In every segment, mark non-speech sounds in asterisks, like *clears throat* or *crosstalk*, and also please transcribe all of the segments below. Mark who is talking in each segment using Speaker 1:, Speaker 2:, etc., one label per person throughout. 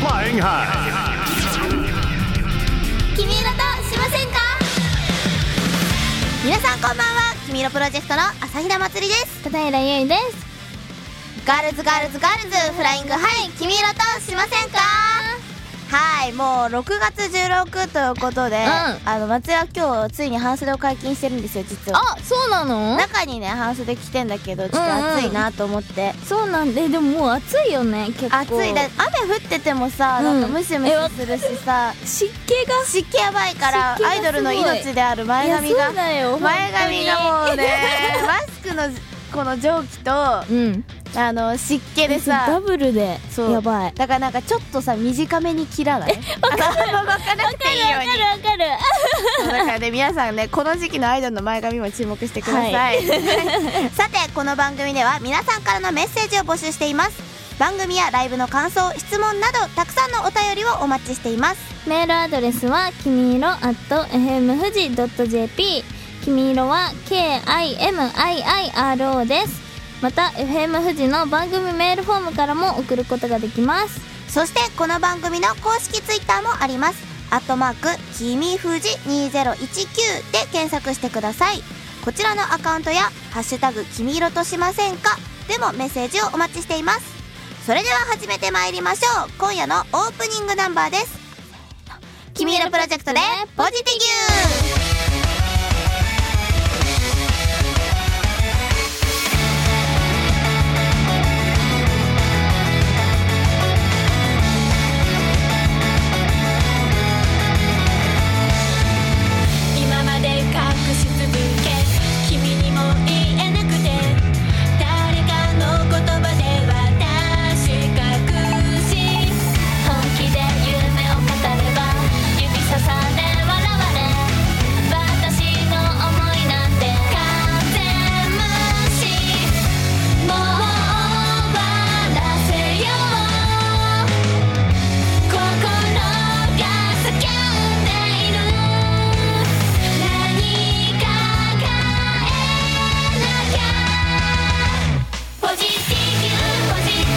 Speaker 1: Shanghai.
Speaker 2: 君色としませんか皆さんこんばんは君色プロジェクトの朝比奈まつりです片平ゆいですガールズガールズガールズフライングはい君色としませんかはいもう6月16ということで、
Speaker 3: ん
Speaker 2: あの松井は今日ついに半袖を解禁してるんですよ実は
Speaker 3: あそうなの
Speaker 2: 中にね半袖着てんだけどちょっと暑いなと思って、
Speaker 3: そうなんででももう暑いよね結構
Speaker 2: 暑いだ雨降っててもさ、なんかムシムシするしさ
Speaker 3: 湿気が
Speaker 2: 湿気やばいから
Speaker 3: 湿気がす
Speaker 2: アイ
Speaker 3: ごい
Speaker 2: ドルの命である前髪
Speaker 3: いや
Speaker 2: が
Speaker 3: そうだよ
Speaker 2: 前髪がもうねマスクのこの蒸気とあ
Speaker 3: *laughs* うん
Speaker 2: の湿気で
Speaker 3: *laughs* ダ
Speaker 2: さ
Speaker 3: ブルで
Speaker 2: そう
Speaker 3: やばい
Speaker 2: だからなんかちょっとさ短めに切
Speaker 3: *laughs*
Speaker 2: らないわかる分かなくていいように
Speaker 3: わかる
Speaker 2: そうだからね皆さんねこの時期のアイドルの前髪も注目してください、
Speaker 3: は
Speaker 2: *laughs* さてこの番組では皆さんからのメッセージを募集しています番組やライブの感想質問などたくさんのお便りをお待ちしています
Speaker 3: *laughs* メールアドレスはきみいろ at fm 富士 .jp きみいろは KIMIIRO ですまた FM 富士の番組メールフォームからも送ることができます
Speaker 2: そしてこの番組の公式ツイッターもあります。アットマーク、きみふじ2019で検索してください。こちらのアカウントや、ハッシュタグ、きみ色としませんかでもメッセージをお待ちしています。それでは始めてまいりましょう。今夜のオープニングナンバーです。きみ色プロジェクトで、ポジティギュー
Speaker 4: 今まで隠し続け君にも言えなくて誰かの言葉で私隠し本気で夢を語れば指ささで笑われ私の思いなんて完全無視もう終わらせよう心が叫んでいる何か変えなきゃポジティブポジティブ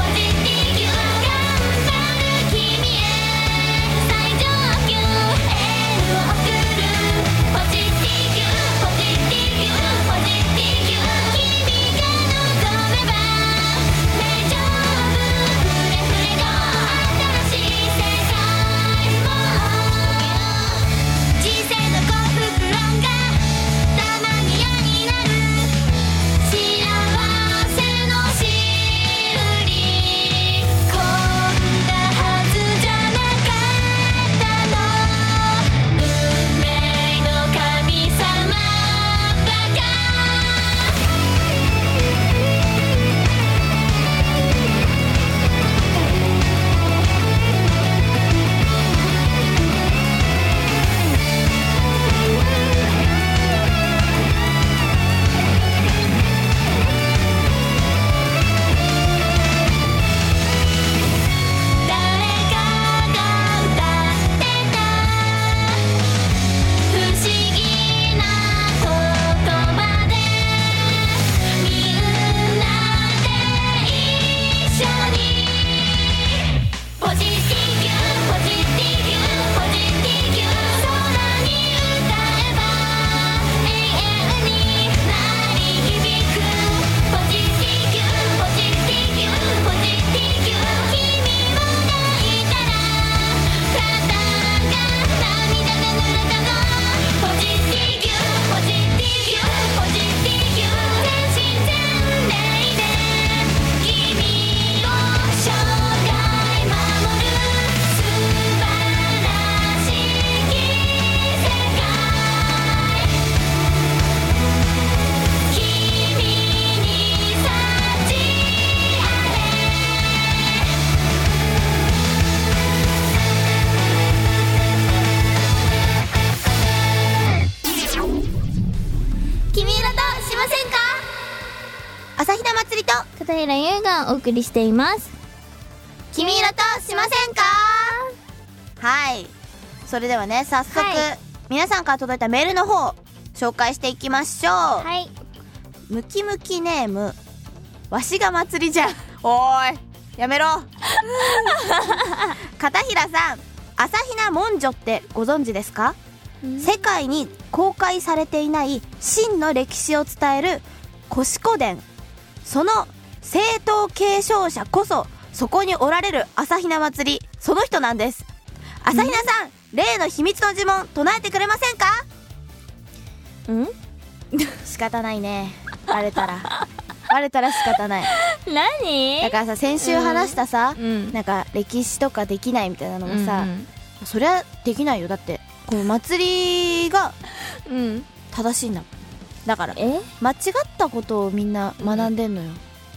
Speaker 4: ポジティブ頑張る君へ最上級エールを送るポジティブポジティブポジティブ君が望めば大丈夫フレフレの新しい世界を人生の幸福論がたまに嫌になる幸せのしるりこんなはずじゃなかったの運命の神様バカ誰かが歌ってた不思議な言葉でみんなで一緒にポジティギュポジティギュポジティギュ空に歌えば永遠に鳴り響くポジティギュポジティギュポジティギュ君も泣いたら体が涙で濡れたのポジティギュポジティギュポジティギュ全身全霊で君を生涯守る素晴らしき世界君に幸あれ
Speaker 2: 君色としませんか朝日奈祭りと、
Speaker 3: 片平優がお送りしています
Speaker 2: 君色としませんかはいそれではね早速、
Speaker 3: は
Speaker 2: 皆さんから届いたメールの方紹介していきましょう、
Speaker 3: はい
Speaker 2: ムキムキネームわしが祭りじゃんおーいやめろ *laughs* 片平さん朝比奈文書ってご存知ですか世界に公開されていない真の歴史を伝える越古伝その正統継承者こそそこにおられる朝比奈祭りその人なんです朝比奈さん例の秘密の呪文唱えてくれませんか
Speaker 4: *laughs*
Speaker 3: うん
Speaker 2: 仕方ないねバレたらバレたら仕
Speaker 3: *laughs*
Speaker 2: 方ないだ
Speaker 3: 何
Speaker 2: からさ先週話したさ、
Speaker 3: うん
Speaker 2: なんか歴史とかできないみたいなのもさ、
Speaker 3: うん
Speaker 2: そりゃできないよだってこの祭りが
Speaker 3: うん
Speaker 2: 正しいんだもんだから
Speaker 3: え
Speaker 2: 間違ったことをみんな学んでんのよ、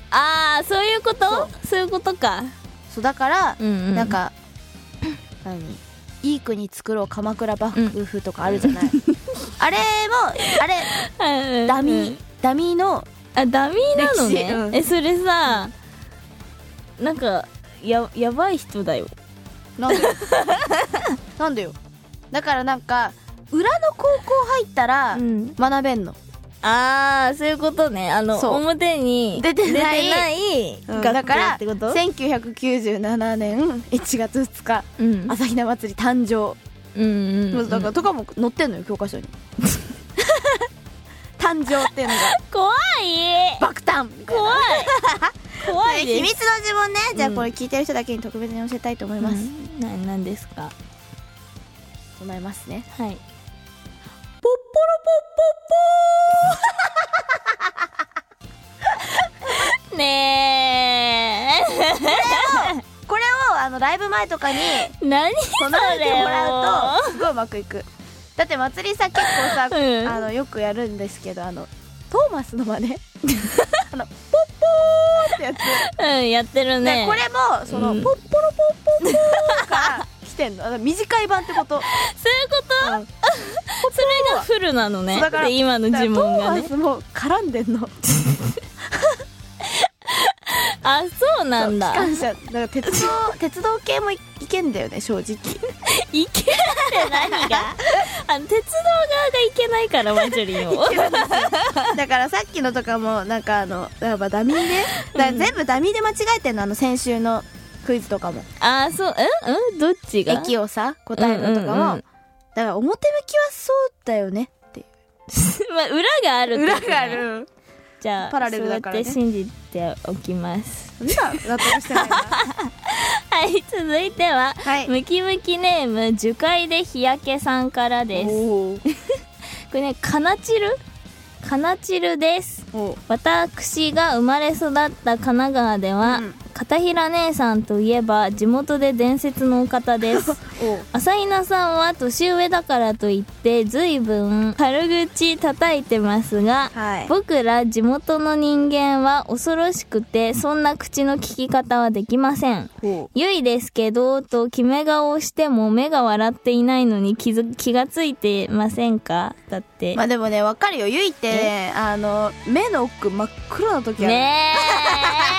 Speaker 3: ああそういうこと
Speaker 2: そ
Speaker 3: そうういうことか
Speaker 2: そうだから、
Speaker 3: うんうん
Speaker 2: なんか *clears throat* 何いい国作ろう鎌倉幕府とかあるじゃない、あれもあれダ
Speaker 3: ダ
Speaker 2: ミー、ダミーの
Speaker 3: あダミーなの
Speaker 2: 歴史
Speaker 3: ね、
Speaker 2: うん
Speaker 3: えそれさなんかややばい人だよ
Speaker 2: なん
Speaker 3: *laughs*
Speaker 2: でなんでよだからなんか裏の高校入ったら
Speaker 3: うん
Speaker 2: 学べんの、
Speaker 3: ああそういうことねあの
Speaker 2: そう
Speaker 3: 表に
Speaker 2: 出てない
Speaker 3: 出てない
Speaker 2: うん
Speaker 3: 学
Speaker 2: だ
Speaker 3: 校
Speaker 2: から
Speaker 3: ってこと、
Speaker 2: 1997年1月2日
Speaker 3: うん
Speaker 2: 朝比奈祭り誕生、
Speaker 3: うんうん、うん、
Speaker 2: だからとかも載ってんのよ教
Speaker 3: *laughs*
Speaker 2: 科書に誕生っていうのが
Speaker 3: 怖い
Speaker 2: 爆誕みたいな
Speaker 3: 怖い怖い
Speaker 2: 秘
Speaker 3: で
Speaker 2: 密
Speaker 3: す
Speaker 2: の呪文ねじゃあ
Speaker 3: うん
Speaker 2: これ聞いてる人だけに特別に教えたいと思います、
Speaker 3: うんななんですか
Speaker 2: 唱えますね
Speaker 3: はい
Speaker 2: ポッポロ
Speaker 3: *laughs* ね
Speaker 2: ポこれをあのライブ前とかに
Speaker 3: え何そ
Speaker 2: 唱えて
Speaker 3: れ
Speaker 2: もら
Speaker 3: を
Speaker 2: うとすごいうまくいくだって祭りさ結構さ、
Speaker 3: *laughs* うん
Speaker 2: あのよくやるんですけどあのトーマスの真
Speaker 3: *laughs*
Speaker 2: 似あのポッポーってやつ、
Speaker 3: うんやってるね
Speaker 2: ね、これもその、
Speaker 3: うん
Speaker 2: ポッポロポッポッポーから来てんのあの短い版っ
Speaker 3: *laughs*
Speaker 2: てこと
Speaker 3: そういうこと、
Speaker 2: うん
Speaker 3: *laughs* それがフルなのね
Speaker 2: だから
Speaker 3: で今の呪文が
Speaker 2: だから
Speaker 3: ね
Speaker 2: トーマスも絡んでんの
Speaker 3: あそうなんだ
Speaker 2: 機関車だから鉄道鉄道系もいいけんだよね正直
Speaker 3: いけるって何が
Speaker 2: *laughs*
Speaker 3: あの鉄道側がいけないからマジョリ
Speaker 2: *laughs*
Speaker 3: ンを
Speaker 2: だからさっきのとかもなんかあのやっぱダミーでだから全部ダミーで間違えてんのあの先週のクイズとかも
Speaker 3: あそううんうんどっちが
Speaker 2: 駅をさ答えるのとか
Speaker 3: うんう
Speaker 2: も、
Speaker 3: んうん
Speaker 2: だから表向きはそうだよねっていう
Speaker 3: *laughs* まあ、裏があるってことね
Speaker 2: る
Speaker 3: じゃあ
Speaker 2: パラレルだからね
Speaker 3: そうやって信じておきます
Speaker 2: そんな納得してないな
Speaker 3: はい続いては、
Speaker 2: はい
Speaker 3: ムキムキネーム樹海で日焼けさんからですこ
Speaker 2: おお
Speaker 3: れねかなちるかなちるです
Speaker 2: お
Speaker 3: 私が生まれ育った神奈川では、
Speaker 2: うん
Speaker 3: 片平姉さんといえば地元で伝説のお方です
Speaker 2: *laughs* お
Speaker 3: 朝比奈さんは年上だからといって随分軽口叩いてますが、
Speaker 2: はい
Speaker 3: 僕ら地元の人間は恐ろしくてそんな口の聞き方はできません
Speaker 2: お
Speaker 3: ゆいですけどと決め顔をしても目が笑っていないのに気づ気がついてませんかだって
Speaker 2: まあでもねわかるよゆいってねあの目の奥真っ黒な *laughs* 時ある、
Speaker 3: ね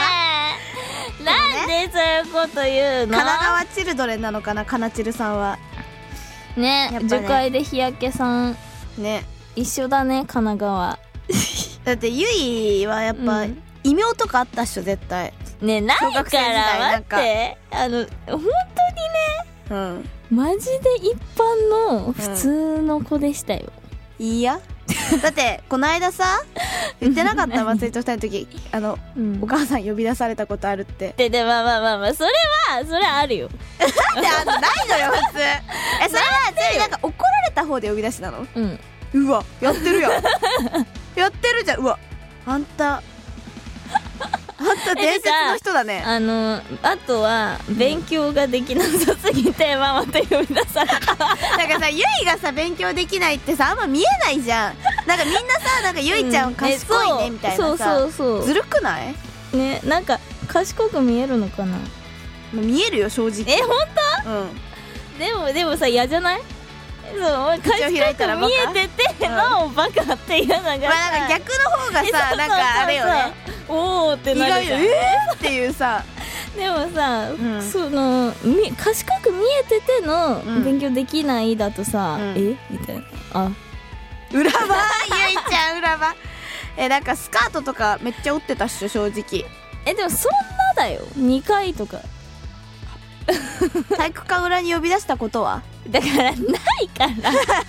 Speaker 3: えなんでそういうこと言う
Speaker 2: 神
Speaker 3: の
Speaker 2: 奈川チルドレンなのかなかなちるさんは
Speaker 3: ね
Speaker 2: やっぱね
Speaker 3: 樹海で日焼けさん
Speaker 2: ね
Speaker 3: 一緒だね神奈川
Speaker 2: だってゆいはやっぱ、
Speaker 3: うん
Speaker 2: 異名とかあったっしょ絶対
Speaker 3: ねえない
Speaker 2: 小学生
Speaker 3: か
Speaker 2: 時代
Speaker 3: ら
Speaker 2: な
Speaker 3: 待
Speaker 2: ん
Speaker 3: っ
Speaker 2: か
Speaker 3: てあの本当にね
Speaker 2: うん
Speaker 3: マジで一般の普通の子でしたよ、
Speaker 2: いい *laughs* やだってこの間さ言ってなかった祭りとした時あの
Speaker 3: うん
Speaker 2: お母さん呼び出されたことあるって
Speaker 3: ででまあまあまあまあそれはそれはあるよ
Speaker 2: だってあのない *laughs* のよ普通えそれはちなみになんか怒られた方で呼び出したの
Speaker 3: うん
Speaker 2: うわやって *laughs* るやんやってるじゃんうわあんたあんた伝説の人だね
Speaker 3: あのあとは勉強ができなさすぎてママと呼び出され
Speaker 2: *laughs*
Speaker 3: た
Speaker 2: なんかさゆいがさ勉強できないってさあんま見えないじゃんなんかみんなさなんかゆいちゃん賢いねみたいな
Speaker 3: うん
Speaker 2: さ
Speaker 3: えそうそうそう
Speaker 2: ずるくない
Speaker 3: ねなんか賢く見えるのかな
Speaker 2: まあ見えるよ正直
Speaker 3: え本
Speaker 2: うん
Speaker 3: 当でもでもさ嫌じゃないそう賢
Speaker 2: 開いたら
Speaker 3: く
Speaker 2: バカ
Speaker 3: 見えててなおバカっていうのがさ、
Speaker 2: まあなんか逆の方が
Speaker 3: えそうそうそ
Speaker 2: さ
Speaker 3: う
Speaker 2: なんかあれよね
Speaker 3: おおって
Speaker 2: 意
Speaker 3: なる
Speaker 2: 外
Speaker 3: じ
Speaker 2: よ
Speaker 3: ゃん
Speaker 2: えーっていうさ
Speaker 3: でもさ、
Speaker 2: うん
Speaker 3: そのみ賢く見えてての
Speaker 2: うん
Speaker 3: 勉強できないだとさ、
Speaker 2: うん
Speaker 3: えみたいなあ *laughs*
Speaker 2: 裏場ゆいち
Speaker 3: *laughs*
Speaker 2: ゃん裏場えなんかスカートとかめっちゃ折ってたっしょ正直
Speaker 3: えでもそんなだよ2回とか
Speaker 2: 体育館裏に呼び出したことは
Speaker 3: だからないから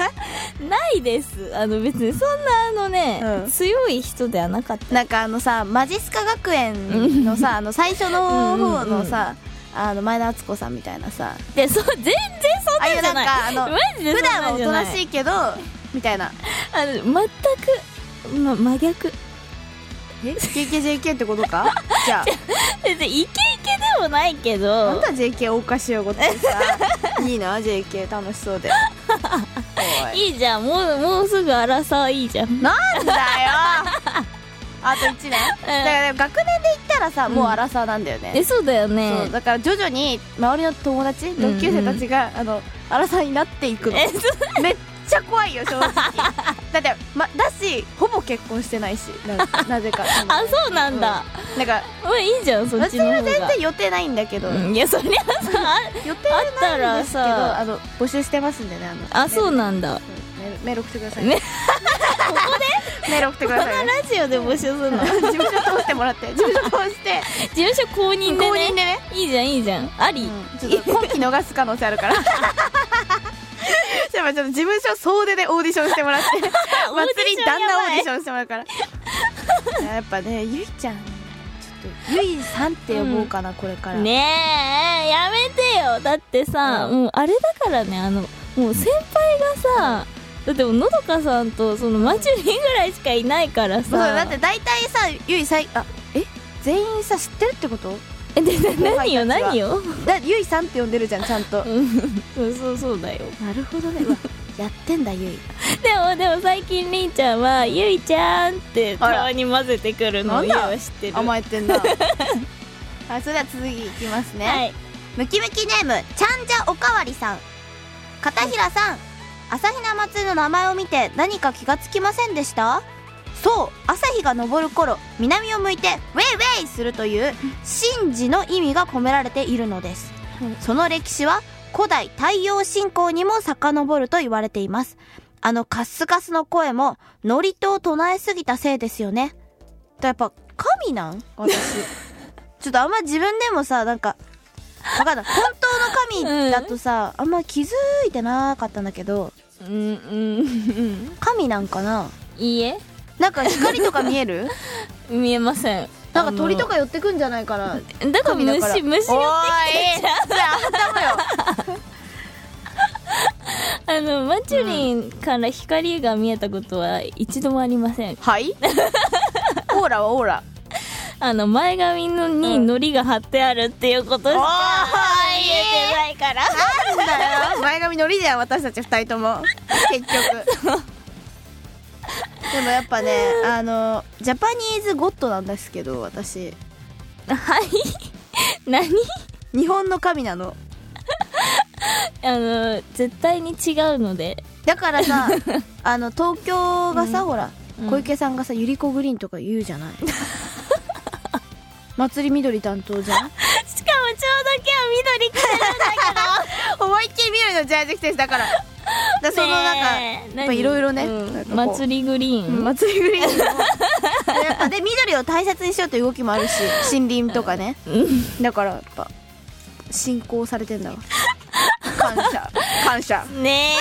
Speaker 2: *laughs*
Speaker 3: ないですあの別にそんなあのね、
Speaker 2: うん
Speaker 3: 強い人ではなかった
Speaker 2: なんかあのさマジスカ学園のさあの最初の方のさあの前田敦子さんみたいなさ
Speaker 3: でそう全然そんなんじゃない
Speaker 2: あいやなんかあの
Speaker 3: マジで
Speaker 2: 普
Speaker 3: そん
Speaker 2: 段
Speaker 3: な
Speaker 2: は
Speaker 3: ん
Speaker 2: お
Speaker 3: じゃ
Speaker 2: と
Speaker 3: ない
Speaker 2: なしいけどみたいな
Speaker 3: あの全く、ま、真逆 *laughs*
Speaker 2: え JKJK ってことかじゃあ
Speaker 3: 別にイケイケでもないけ
Speaker 2: あん
Speaker 3: ど
Speaker 2: た JK おかしよごってさいいな JK 楽し
Speaker 3: *laughs*
Speaker 2: そうでおい
Speaker 3: いいじゃんもうもうすぐ荒さいいじゃん
Speaker 2: な
Speaker 3: *laughs*
Speaker 2: んだよあと1年だから学年で言ったらさもう荒さなんだよね、
Speaker 3: えそうだよ
Speaker 2: そう
Speaker 3: ね
Speaker 2: だから徐々に周りの友達
Speaker 3: ん
Speaker 2: 同級生たちが、あの荒さになっていくの
Speaker 3: えそう
Speaker 2: めっちゃ怖いよ
Speaker 3: *laughs*
Speaker 2: 正直だって、ま、だしほぼ結婚してないしななぜか
Speaker 3: *laughs* あそうなんだ、
Speaker 2: うんなんか
Speaker 3: まあいいじゃんそっち
Speaker 2: 私
Speaker 3: の方が
Speaker 2: は全然予定ないんだけど、
Speaker 3: うんいやそりゃさ
Speaker 2: 予定ないんですけど
Speaker 3: あったらさ
Speaker 2: あの募集してますんでねあの
Speaker 3: あそう
Speaker 2: メ
Speaker 3: なんだ
Speaker 2: ールメール送ってください、
Speaker 3: ね
Speaker 2: *laughs* ここでメール送ってくださいね
Speaker 3: ラジオで募集するの事
Speaker 2: 事務所通しても
Speaker 3: *laughs*
Speaker 2: らって事務所通して
Speaker 3: 務所公認でね
Speaker 2: 公認でね
Speaker 3: いいじゃんいいじゃんあり、
Speaker 2: うんちょっと今期逃す可能性あるから *laughs* じゃあちょっと事務所総出でオーディションしてもらって
Speaker 3: *laughs*
Speaker 2: 祭り旦那オーディションしてもらうからいややっぱねゆいちゃんちょっとゆいさんって呼ぼうかな、これから、
Speaker 3: ねえやめてよだってさ、
Speaker 2: うん
Speaker 3: もうあれだからねあのもう先輩がさ、だってもうのどかさんとそのマチュリーぐらいしかいないからさ
Speaker 2: そうだって大体さゆいさいあえ全員さ知ってるってこと
Speaker 3: えでで
Speaker 2: 後
Speaker 3: 何よ
Speaker 2: 輩たちは
Speaker 3: 何よ
Speaker 2: だゆいさんって呼んでるじゃんちゃんと
Speaker 3: そうそうそうだよ
Speaker 2: なるほどねうわやってんだゆい
Speaker 3: でもでも最近りんちゃんは「ゆいちゃん」って
Speaker 2: あら
Speaker 3: 顔に混ぜてくるのを
Speaker 2: なん
Speaker 3: ゆい
Speaker 2: だ
Speaker 3: は知ってる
Speaker 2: 甘えて *laughs* んなはいそれでは続きいきますね、
Speaker 3: はい
Speaker 2: ムキムキネームちゃんじゃおかわりさん片平さん朝比奈祭りの名前を見て何か気がつきませんでしたそう朝日が昇る頃南を向いてウェイウェイするという神事の意味が込められているのですその歴史は古代太陽信仰にも遡ると言われていますあのカッスカスの声も祝詞を唱えすぎたせいですよねだやっぱ神なん私ちょっとあんま自分でもさなんかわかんない本当の神だとさ、あんま気づいてなかったんだけど
Speaker 3: うんうんうん
Speaker 2: 神なんかない
Speaker 3: いえ
Speaker 2: なんか光とか見
Speaker 3: *laughs*
Speaker 2: える
Speaker 3: 見えません
Speaker 2: なんか鳥と
Speaker 3: か
Speaker 2: か寄ってくんじゃないかな
Speaker 3: だから
Speaker 2: 神だから
Speaker 3: 虫虫寄
Speaker 2: お
Speaker 3: ってき
Speaker 2: ー
Speaker 3: て
Speaker 2: い
Speaker 3: んじゃん
Speaker 2: それあんたもよ
Speaker 3: *laughs* あのマチュリンから光が見えたことは一度もありません
Speaker 2: はいオーラはオーラ
Speaker 3: あの前髪のに
Speaker 2: うん
Speaker 3: のりが貼ってあるっていうことし
Speaker 2: おー
Speaker 3: か見えてないから
Speaker 2: なんだよ前髪のりじゃん私たち二人とも結
Speaker 3: *laughs*
Speaker 2: 局でもやっぱねあのジャパニーズゴッドなんですけど私
Speaker 3: はい *laughs* 何
Speaker 2: 日本の神なの
Speaker 3: あの絶対に違うので
Speaker 2: だから *laughs* さあの東京がさ、ほら
Speaker 3: うん
Speaker 2: 小池さんがさゆりこグリーンとか言うじゃない祭り緑担当じ
Speaker 3: し
Speaker 2: ゃん
Speaker 3: かもちょうど今日緑着てるんだ
Speaker 2: 思いっきり緑のジャージ着てるだからだそのなんかやっぱいろいろね、なんかこう
Speaker 3: 祭りグリーン、
Speaker 2: 祭りグリーンのやっぱで緑を大切にしようという動きもあるし森林とかねだからやっぱ信仰されてんだわ感謝感謝
Speaker 3: ね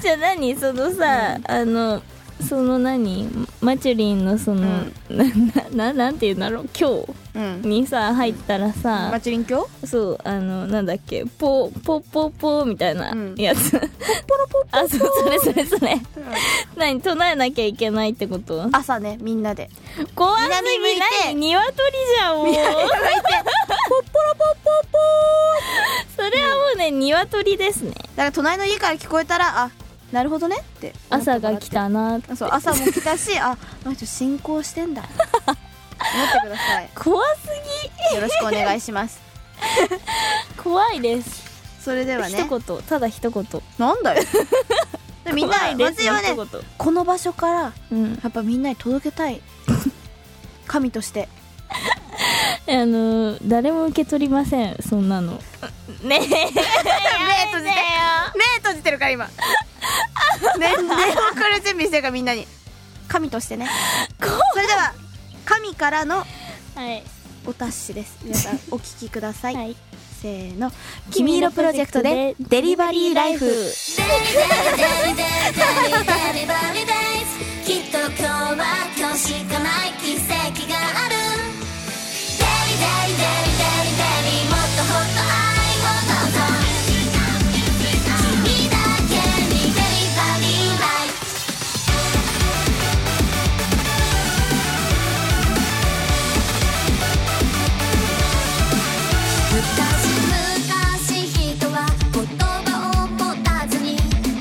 Speaker 3: え *laughs* じゃあ何そのさ、あのその何マチュリンのその、な *laughs* ななんて言うんだろう今
Speaker 2: う
Speaker 3: 日
Speaker 2: ん
Speaker 3: にさ入ったらさ、
Speaker 2: 祭りん教
Speaker 3: そうあのなんだっけポポポポみたいな
Speaker 2: うん
Speaker 3: やつ、 *laughs* あそうそれそれそれ何唱えなきゃいけないってこと
Speaker 2: 朝ねみんなで
Speaker 3: 怖すぎ
Speaker 2: 南向いて
Speaker 3: 何鶏じゃんもうそれはもうね鶏ですね
Speaker 2: だから隣の家から聞こえたらあなるほどねって思ってもら
Speaker 3: 朝
Speaker 2: って
Speaker 3: が来たなって
Speaker 2: そう朝も来たしああの人進行してんだ思ってください
Speaker 3: 怖す
Speaker 2: よろしくお願いします
Speaker 3: ぎ怖いです、
Speaker 2: それではね
Speaker 3: 一言ただ一言
Speaker 2: な
Speaker 3: *laughs*
Speaker 2: んだよでみんな
Speaker 3: 怖いです
Speaker 2: 祭りはね
Speaker 3: 一言
Speaker 2: この場所から
Speaker 3: うん
Speaker 2: やっぱみんなに届けたい神として
Speaker 3: あの誰も受け取りませんそんなのね
Speaker 2: 目閉じて *laughs* 目閉じてるから今目目を送る準備してるからみんなに神としてね
Speaker 3: 怖
Speaker 2: それでは神からの
Speaker 3: はい
Speaker 2: お達しです皆 *laughs* さんお聞きください、
Speaker 3: はい
Speaker 2: せーの「君色プロジェクト」で「デリバリーライフ」
Speaker 4: 「デリデリデリデリデリバリデイズ」「きっと今日は今日しかない奇跡がある」「デリデリデリデリデリもっとほっと愛をどうぞ」「君だけにデリバリーライフ」昔々人は言葉を持たずに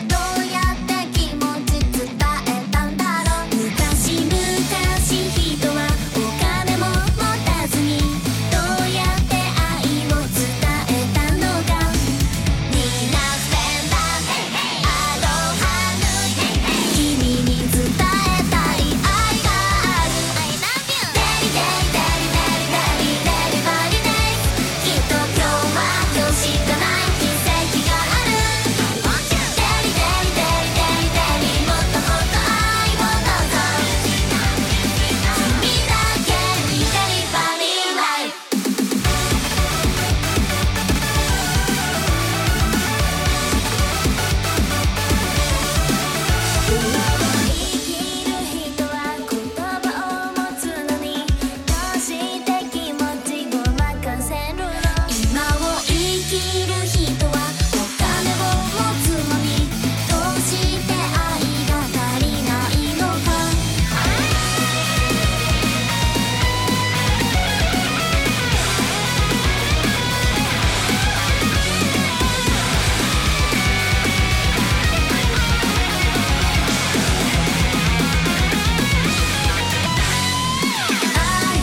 Speaker 4: どうやって気持ち伝えたんだろう昔々人はお金も持たずにどうやって愛を伝えたのかみんなフェンダーアロハヌイ君に伝えたい愛がある I love you デリデリデリデリデリデリバリデイきっと今日は今日しかない奇跡がある」「デリデリデリデリデリもっとほっと愛をどうぞ」「君だけにデリバリーライフ」生きる人は言葉を持つのにどうして気持ちを任せるの今を生きる人はお金を持つのにどうして愛が足りないのか愛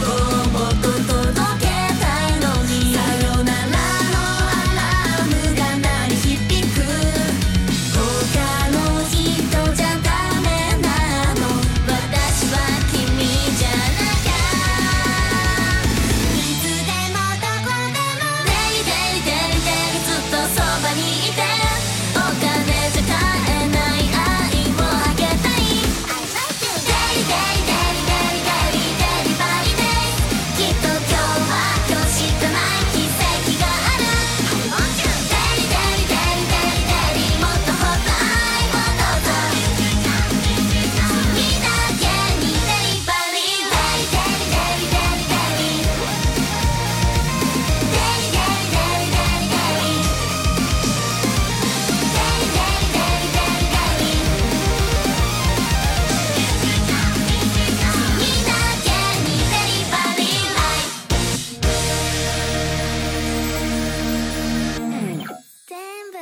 Speaker 4: をもっと届けたいのにさよならのアラームが鳴り響く他の人じゃダメなの私は君じゃなきゃいつでもどこでもデリデリデリデリずっとそばにいてお金じゃ買えない愛をあげたい I like you デリデリデリデリデリデリバリデイきっと今日は今日しかない奇跡がある I want you デリデリデリデリデリもっとほっと愛をどうぞ君だけにデリバリーデリデリデリデリデリデリ君だけにデリバリーライフ全部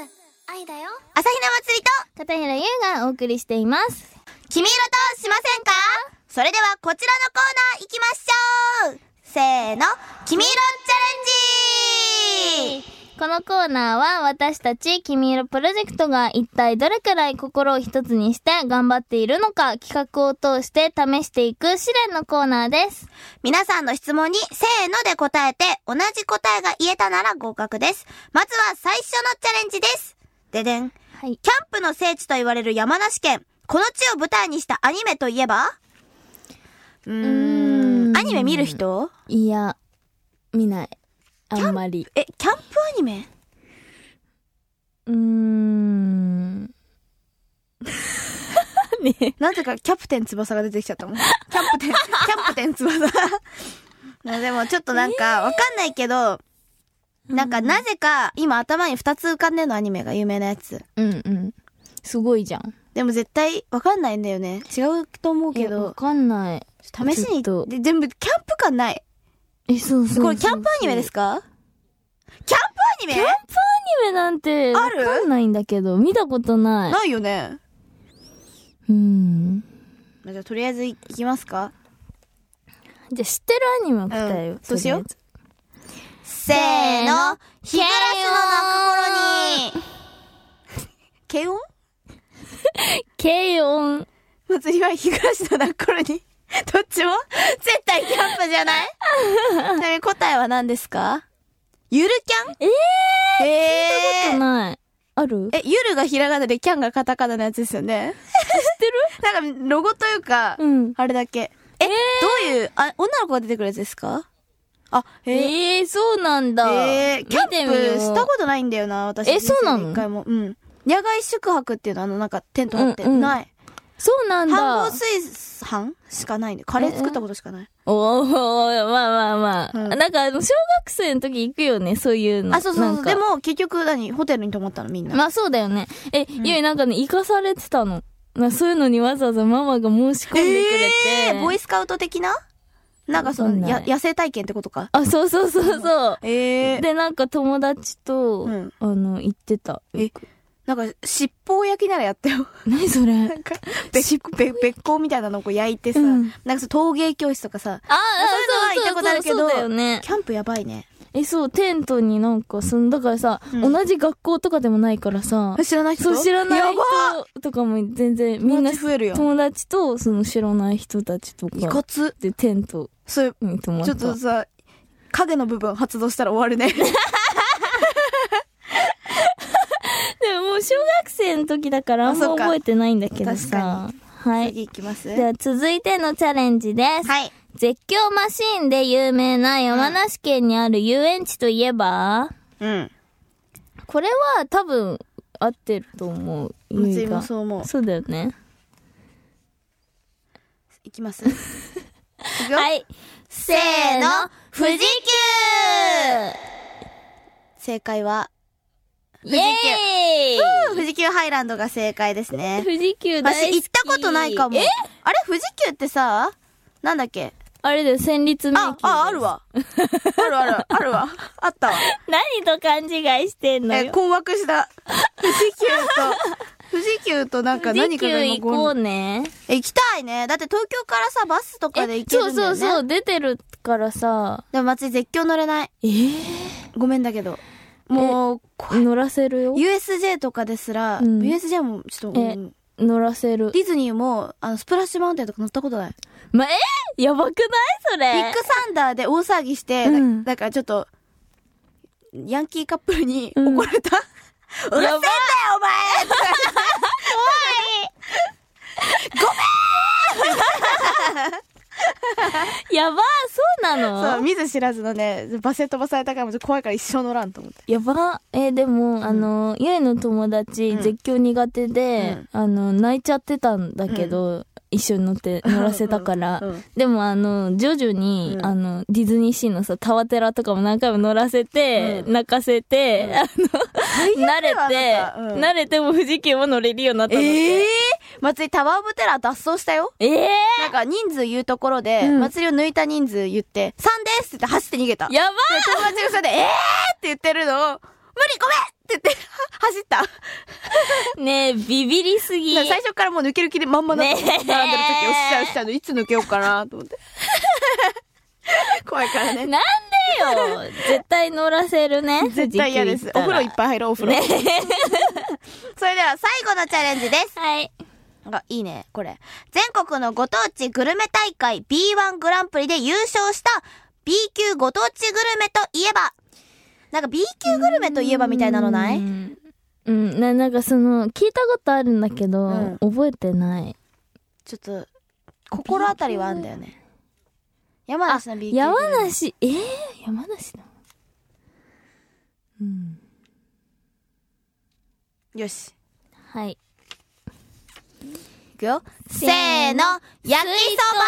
Speaker 4: 愛だよ
Speaker 2: 朝日奈祭りと
Speaker 3: 片平優がお送りしています
Speaker 2: 「君色としませんか?」それではこちらのコーナー行きましょうせーの「君色チャレンジ」
Speaker 3: このコーナーは私たち君色プロジェクトが一体どれくらい心を一つにして頑張っているのか企画を通して試していく試練のコーナーです。
Speaker 2: 皆さんの質問にせーので答えて、同じ答えが言えたなら合格です。まずは最初のチャレンジです。ででん。
Speaker 3: はい。
Speaker 2: キャンプの聖地と言われる山梨県。この地を舞台にしたアニメといえばうーん。アニメ見る人
Speaker 3: いや、見ない。あんまり。
Speaker 2: え、キャンプアニメ
Speaker 3: うー *laughs* ん。ね
Speaker 2: なぜかキャプテン翼が出てきちゃったも *laughs* ん。キャプテン、キャプテン翼。 *laughs* なでもちょっとなんか、わかんないけど、なんかなぜか今頭に2つ浮かんでるのアニメが有名なやつ。
Speaker 3: うんうん。すごいじゃん。
Speaker 2: でも絶対わかんないんだよね。違うと思うけ
Speaker 3: えわ
Speaker 2: ど、
Speaker 3: かんない。
Speaker 2: 試しに
Speaker 3: ちょっと
Speaker 2: で全部、キャンプ感ない。
Speaker 3: え、そうそうそう
Speaker 2: これキャンプアニメです
Speaker 3: か
Speaker 2: かキャンプアニメ
Speaker 3: アニメなんて、
Speaker 2: あ
Speaker 3: わ
Speaker 2: る
Speaker 3: かんないんだけど、見たことない。
Speaker 2: ないよね。
Speaker 3: うん。
Speaker 2: まあじゃあとりあえずいきますか。
Speaker 3: じゃあ知ってるアニメを答えよ
Speaker 2: うんそうしよう
Speaker 3: とり
Speaker 2: せ
Speaker 3: ーの
Speaker 2: 日
Speaker 3: 暮らし
Speaker 2: の泣く頃に *laughs* 軽音
Speaker 3: あえず軽音。
Speaker 2: 祭りは日暮らしの泣く頃に。 *laughs* どっちも絶対キャンプじゃない *laughs* ちなみに答えは何ですかゆるキャン
Speaker 3: え
Speaker 2: ええ
Speaker 3: ー、ない。ある
Speaker 2: え、ゆるがひらがな *laughs* でキャンがカタカナのやつですよね。知ってるなんか、ロゴというか、
Speaker 3: うん
Speaker 2: あれだけ。え、どういう、あ、女の子が出てくるやつですかあ、へえ。
Speaker 3: えー、そうなんだ。
Speaker 2: えー、キャ
Speaker 3: 見
Speaker 2: ン
Speaker 3: てみよう
Speaker 2: プしたことないんだよな、私。
Speaker 3: えそうなの
Speaker 2: 人生で一回も。うん。野外宿泊っていうの、あの、なんか、テント張って。
Speaker 3: うんうん
Speaker 2: ない。
Speaker 3: そうなん
Speaker 2: 半合
Speaker 3: だ。
Speaker 2: 水産しかないね。カレー作ったことしかない。
Speaker 3: おーおーまあまあまあ。
Speaker 2: うん
Speaker 3: なんか、あの小学生の時行くよね、そういうの。
Speaker 2: あ、そうそう
Speaker 3: な
Speaker 2: そ
Speaker 3: ん
Speaker 2: う。
Speaker 3: か
Speaker 2: で、も、結局、何ホテルに泊まったの、みんな。
Speaker 3: まあそうだよね。え、ゆいなんかね、生かされてたの。なそういうのにわざわざママが申し込んでくれて。
Speaker 2: えーボイスカウト的ななんかそ
Speaker 3: わかん
Speaker 2: の、
Speaker 3: ない
Speaker 2: や、野生体験ってことか。
Speaker 3: あ、そうそうそうそう。
Speaker 2: ええ。
Speaker 3: で、なんか友達と、
Speaker 2: うん
Speaker 3: あの、行ってた。
Speaker 2: え、なんか、尻尾焼きならやってよ。 *laughs*
Speaker 3: 何それ
Speaker 2: なんか、べべべっこうみたいなのをこう焼いてさ、
Speaker 3: うん
Speaker 2: なんかそう陶芸教室とかさ、
Speaker 3: ああ、
Speaker 2: そういうのは行ったことあるけど
Speaker 3: そうだよね。
Speaker 2: キャンプやばいね。
Speaker 3: え、そう、テントになんか、その、だからさ、
Speaker 2: うん
Speaker 3: 同じ学校とかでもないからさ、
Speaker 2: 知らない人
Speaker 3: そう、知らない
Speaker 2: やば
Speaker 3: 人とかも全然、みん
Speaker 2: 友
Speaker 3: な
Speaker 2: 達増えるよ
Speaker 3: 友達と、その知らない人たちと
Speaker 2: いか
Speaker 3: か、
Speaker 2: つ。
Speaker 3: で、テント
Speaker 2: それ、
Speaker 3: に泊まっ
Speaker 2: ち
Speaker 3: た。
Speaker 2: ょっとさ、影の部分発動したら終わるね。
Speaker 3: でももう小学生の時だからあ
Speaker 2: あ
Speaker 3: んま
Speaker 2: そっか
Speaker 3: 覚えてないんだけど
Speaker 2: 確
Speaker 3: さ。
Speaker 2: か
Speaker 3: はい。
Speaker 2: *laughs* 次行きます
Speaker 3: では続いてのチャレンジです。
Speaker 2: はい。
Speaker 3: 絶叫マシーンで有名な山梨県にある遊園地といえば、
Speaker 2: うん。
Speaker 3: これは多分合ってると思う。
Speaker 2: 松
Speaker 3: ゆ
Speaker 2: 井
Speaker 3: いが
Speaker 2: もそう思う。
Speaker 3: そうだよね。
Speaker 2: 行きます。いくよ
Speaker 3: はい。せーの、富士急
Speaker 2: 正解は、
Speaker 3: イエー
Speaker 2: 富士急ハイランドが正解です
Speaker 3: イ
Speaker 2: ね。
Speaker 3: 富士急大好き
Speaker 2: 私行ったことないかも。
Speaker 3: え
Speaker 2: あれ富士急ってさ、なんだっけ
Speaker 3: あれだよ、戦慄迷宮
Speaker 2: あ、あ、ある
Speaker 3: わ。
Speaker 2: わ。あるある、あるわ。あったわ。
Speaker 3: 何と勘違いしてんの
Speaker 2: え、
Speaker 3: よ。
Speaker 2: 困惑した。富士急と、
Speaker 3: *laughs*
Speaker 2: 富士急となんか
Speaker 3: 富士
Speaker 2: 何か
Speaker 3: 急
Speaker 2: が
Speaker 3: 行
Speaker 2: 今
Speaker 3: こ
Speaker 2: こ
Speaker 3: うね。
Speaker 2: え、行きたいね。だって東京からさ、バスとかで行けるんだよね。
Speaker 3: そうそうそう、出てるからさ。
Speaker 2: でも松井絶叫乗れない。
Speaker 3: え
Speaker 2: ごめんだけど。もう、こ
Speaker 3: 乗らせるよ。
Speaker 2: USJ とかですら、
Speaker 3: うん
Speaker 2: USJ もちょっと、
Speaker 3: え
Speaker 2: うん
Speaker 3: 乗らせる。
Speaker 2: ディズニーも、あの、スプラッシュマウンテンとか乗ったことない。
Speaker 3: ま、えやばくないそ
Speaker 2: ビ
Speaker 3: れ
Speaker 2: ッグ。サンダーで大騒ぎして、
Speaker 3: う
Speaker 2: なんなんかちょっと、ヤンキーカップルに
Speaker 3: うん
Speaker 2: 怒られた。 *laughs* うるせえんだよ、お前
Speaker 3: やばそうな
Speaker 2: そう、
Speaker 3: の
Speaker 2: 見ず知らずのね、バセ飛ばされたからもちょっと怖いから一生乗らんと思って。
Speaker 3: やば。え、でも、あの、ゆいの友達、
Speaker 2: うん
Speaker 3: 絶叫苦手で、あの、泣いちゃってたんだけど、一緒に乗
Speaker 2: *laughs*
Speaker 3: って、乗らせたから。
Speaker 2: うんうん
Speaker 3: でも、あの、徐々に、
Speaker 2: うん
Speaker 3: あの、ディズニーシーのさ、タワテラとかも何回も乗らせて、
Speaker 2: う
Speaker 3: 泣かせて、 *laughs* あの、慣れ
Speaker 2: だ
Speaker 3: て
Speaker 2: よあ、なたうん
Speaker 3: 慣れても富士急も乗れるようになったの
Speaker 2: ええ松井タワーオブテラー脱走したよ。
Speaker 3: ええ
Speaker 2: なんか人数言うところで、
Speaker 3: うん
Speaker 2: 祭りを抜いた人数言って、3ですって言って走って逃げた。
Speaker 3: やば
Speaker 2: で友達がそれで、えーって言ってるのを、無理ごめんって言って、は走った。
Speaker 3: いねえ、ビビりすぎ。
Speaker 2: 最初からもう抜ける気でまんまだった。
Speaker 3: ね
Speaker 2: 並んでる時、おっしゃおっしゃの、いつ抜けようかなと思
Speaker 3: *laughs*
Speaker 2: って。怖いからね。
Speaker 3: なんでよ絶対乗らせるね。
Speaker 2: 絶対嫌です。お風呂いっぱい入ろう、お風呂。それでは最後のチャレンジです。
Speaker 3: ぱい。 *laughs* はい。
Speaker 2: あ、いいね、これ。全国のご当地グルメ大会 B1 グランプリで優勝した B 級ご当地グルメといえば、なんか B 級グルメといえばみたいなのな
Speaker 3: う
Speaker 2: い
Speaker 3: ん、うんな、なんかその、聞いたことあるんだけど、
Speaker 2: うん
Speaker 3: 覚えてない。
Speaker 2: ちょっと、心当たりはあんだよね。山梨の B 級グルメ。
Speaker 3: 山梨、えー、山梨のうん。
Speaker 2: よし。
Speaker 3: はい。
Speaker 2: いくよ。
Speaker 3: せ
Speaker 2: せ
Speaker 3: ーの
Speaker 2: ーの、焼きそば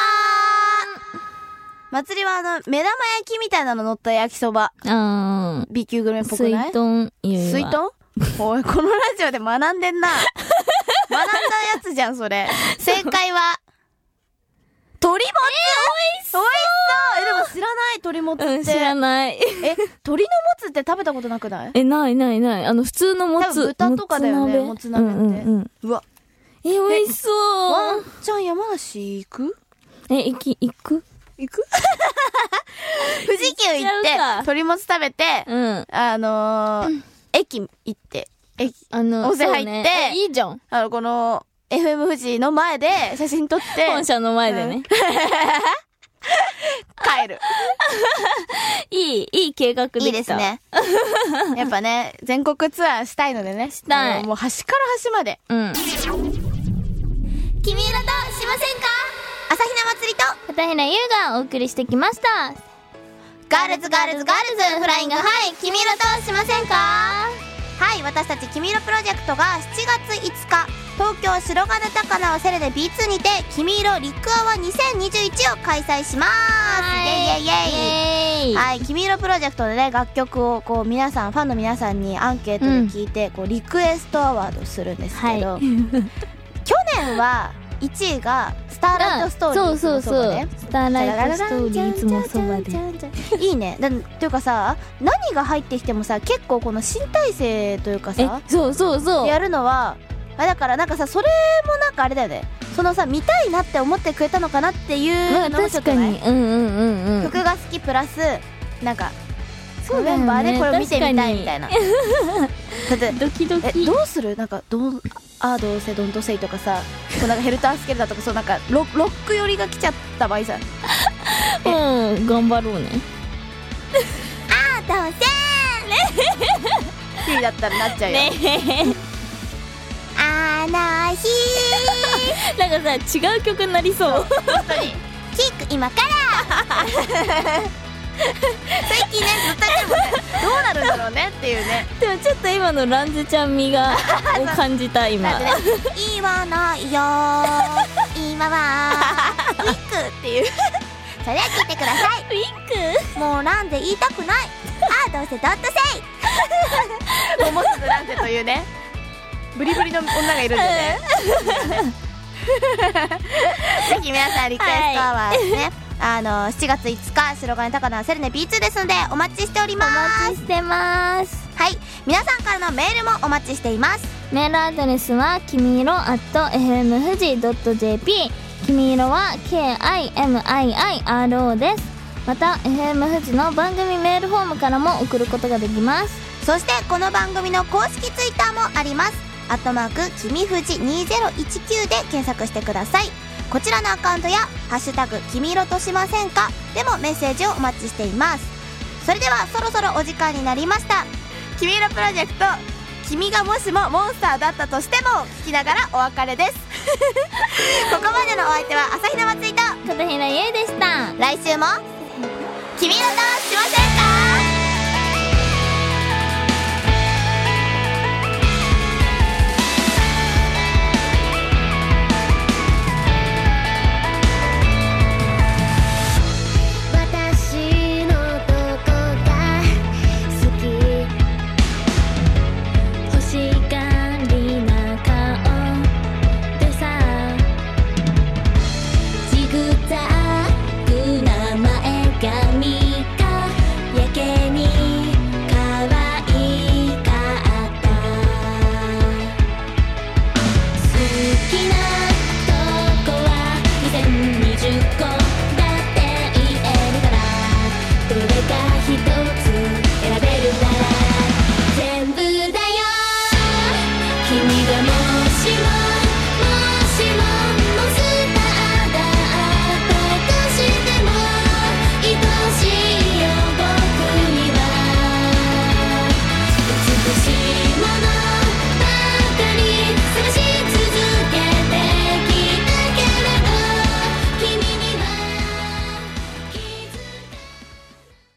Speaker 2: 祭りはあの、目玉焼きみたいなの乗った焼きそば。
Speaker 3: あ
Speaker 2: B 級グルメっ
Speaker 3: ー、
Speaker 2: ぽ
Speaker 3: 水
Speaker 2: くない
Speaker 3: 遁、ゆいは
Speaker 2: 水遁 *laughs* おい、このラジオで学ん
Speaker 3: *laughs*
Speaker 2: でんな。学んだやつじゃん、それ。正解は、鳥もつ、え美味しそうえ、でも知らない、鳥もつ
Speaker 3: うん、知ら
Speaker 2: って。
Speaker 3: ない。 *laughs*
Speaker 2: え、鳥のもつって食べたことなくない
Speaker 3: え、ないないない。あの、普通のも
Speaker 2: 多
Speaker 3: つ。
Speaker 2: 分豚とかだよね
Speaker 3: も
Speaker 2: も
Speaker 3: つ
Speaker 2: つ
Speaker 3: 鍋
Speaker 2: 鍋
Speaker 3: う
Speaker 2: っ
Speaker 3: ん
Speaker 2: て
Speaker 3: うんうん。
Speaker 2: うわ。
Speaker 3: え、美味しそ
Speaker 2: ワン
Speaker 3: う。
Speaker 2: チャン山梨行く
Speaker 3: え、行き、行く
Speaker 2: 行
Speaker 3: *laughs*
Speaker 2: く富士急
Speaker 3: 行っちゃう
Speaker 2: 行っ
Speaker 3: か
Speaker 2: て、鳥もつ食べて、
Speaker 3: うん。
Speaker 2: あのー、駅行って、駅、
Speaker 3: あの、
Speaker 2: 温泉入って
Speaker 3: そうねえいいじゃん。
Speaker 2: あの、この、FM 富士の前で写真撮って、
Speaker 3: 本社の前でね。
Speaker 2: 帰る。
Speaker 3: *laughs* いい、いい計画できた。
Speaker 2: *laughs* いいです。ね。やっぱね、全国ツアーしたいのでね。した
Speaker 3: い
Speaker 2: もう端から端まで。
Speaker 3: うん。
Speaker 4: 君色としませんか
Speaker 2: 朝日奈祭りと
Speaker 3: 片平優がお送りしてきました
Speaker 2: ガールズガールズガールズフライングはい君色としませんかはい私たち君色プロジェクトが7月5日東京白金高輪セレで B2 にて「君色リックアワー2021」を開催しますイェイイェイイェイ
Speaker 3: イエーイ
Speaker 2: はい「君色プロジェクト」でね楽曲をこう皆さんファンの皆さんにアンケートで聞いて、こうリクエストアワードするんですけど、
Speaker 3: は
Speaker 2: *laughs* 去年は1位が「スターライトストーリー」
Speaker 3: うんそうそうそう
Speaker 2: いつもね
Speaker 3: スターライトストーリーいつもそばで
Speaker 2: いいねだというかさ何が入ってきてもさ結構この新体制というか
Speaker 3: え
Speaker 2: さ
Speaker 3: そうそうそう
Speaker 2: やるのはあだからなんかさそれもなんかあれだよねそのさ見たいなって思ってくれたのかなっていう
Speaker 3: ま
Speaker 2: の
Speaker 3: あ
Speaker 2: もち
Speaker 3: 確
Speaker 2: ょっと
Speaker 3: か
Speaker 2: ない
Speaker 3: にうんうんうんうん
Speaker 2: 曲が好きプラスなんか
Speaker 3: そうだよね
Speaker 2: メンバーでこれを見てみたいみたいなだって *laughs*
Speaker 3: ドキド
Speaker 2: え
Speaker 3: キ
Speaker 2: どうするなんかどうああどうせどんとせいとかさこうなんかヘルタースケルだとかそうなんかロロック寄りが来ちゃった場合さ
Speaker 3: うん頑張ろうね
Speaker 2: あどうせだったらなっちゃうよ、
Speaker 3: ね
Speaker 2: あの日
Speaker 3: えなんかさ違う曲になりそう
Speaker 2: 本当にキック今 *laughs* から最近ねずっとでもねどうなるんだろうねっていうね
Speaker 3: *laughs* でもちょっと今のランジちゃん味 *laughs* がを感じた今
Speaker 2: なんでね「言わないよ *laughs* 今はキック」っていうそれは聞いてくださ *laughs*
Speaker 3: ウィンク
Speaker 2: いもうなんで言いたくないああどうせドットセイもうもうすぐなんてというねブリブリの女がいるんでね *laughs* ぜひ皆さんリクエストアワーですね、あの7月5日白金高輪セレネ B2 ですのでお待ちしております
Speaker 3: お待ちしてます
Speaker 2: はい皆さんからのメールもお待ちしています
Speaker 3: メールアドレスはきみいろ at fmfuji.jp きみいろは KIMIIRO ですまた FM 富士の番組メールフォームからも送ることができます
Speaker 2: そしてこの番組の公式ツイッターもありますアットマーク君富士2019で検索してくださいこちらのアカウントや「ハッシュタグ君色としませんか?」でもメッセージをお待ちしていますそれではそろそろお時間になりました君色プロジェクト君がもしもモンスターだったとしても聞きながらお別れです *laughs* ここまでのお相手は朝比奈まつりと
Speaker 3: 片平優でした
Speaker 2: 来週も君色としませんか
Speaker 4: 私のどこが好き欲しがりな顔でさジグザグな前髪がやけに可愛かった好きなとこは2020個だって言えるからどれか一つ選べるなら全部だよ君がもしも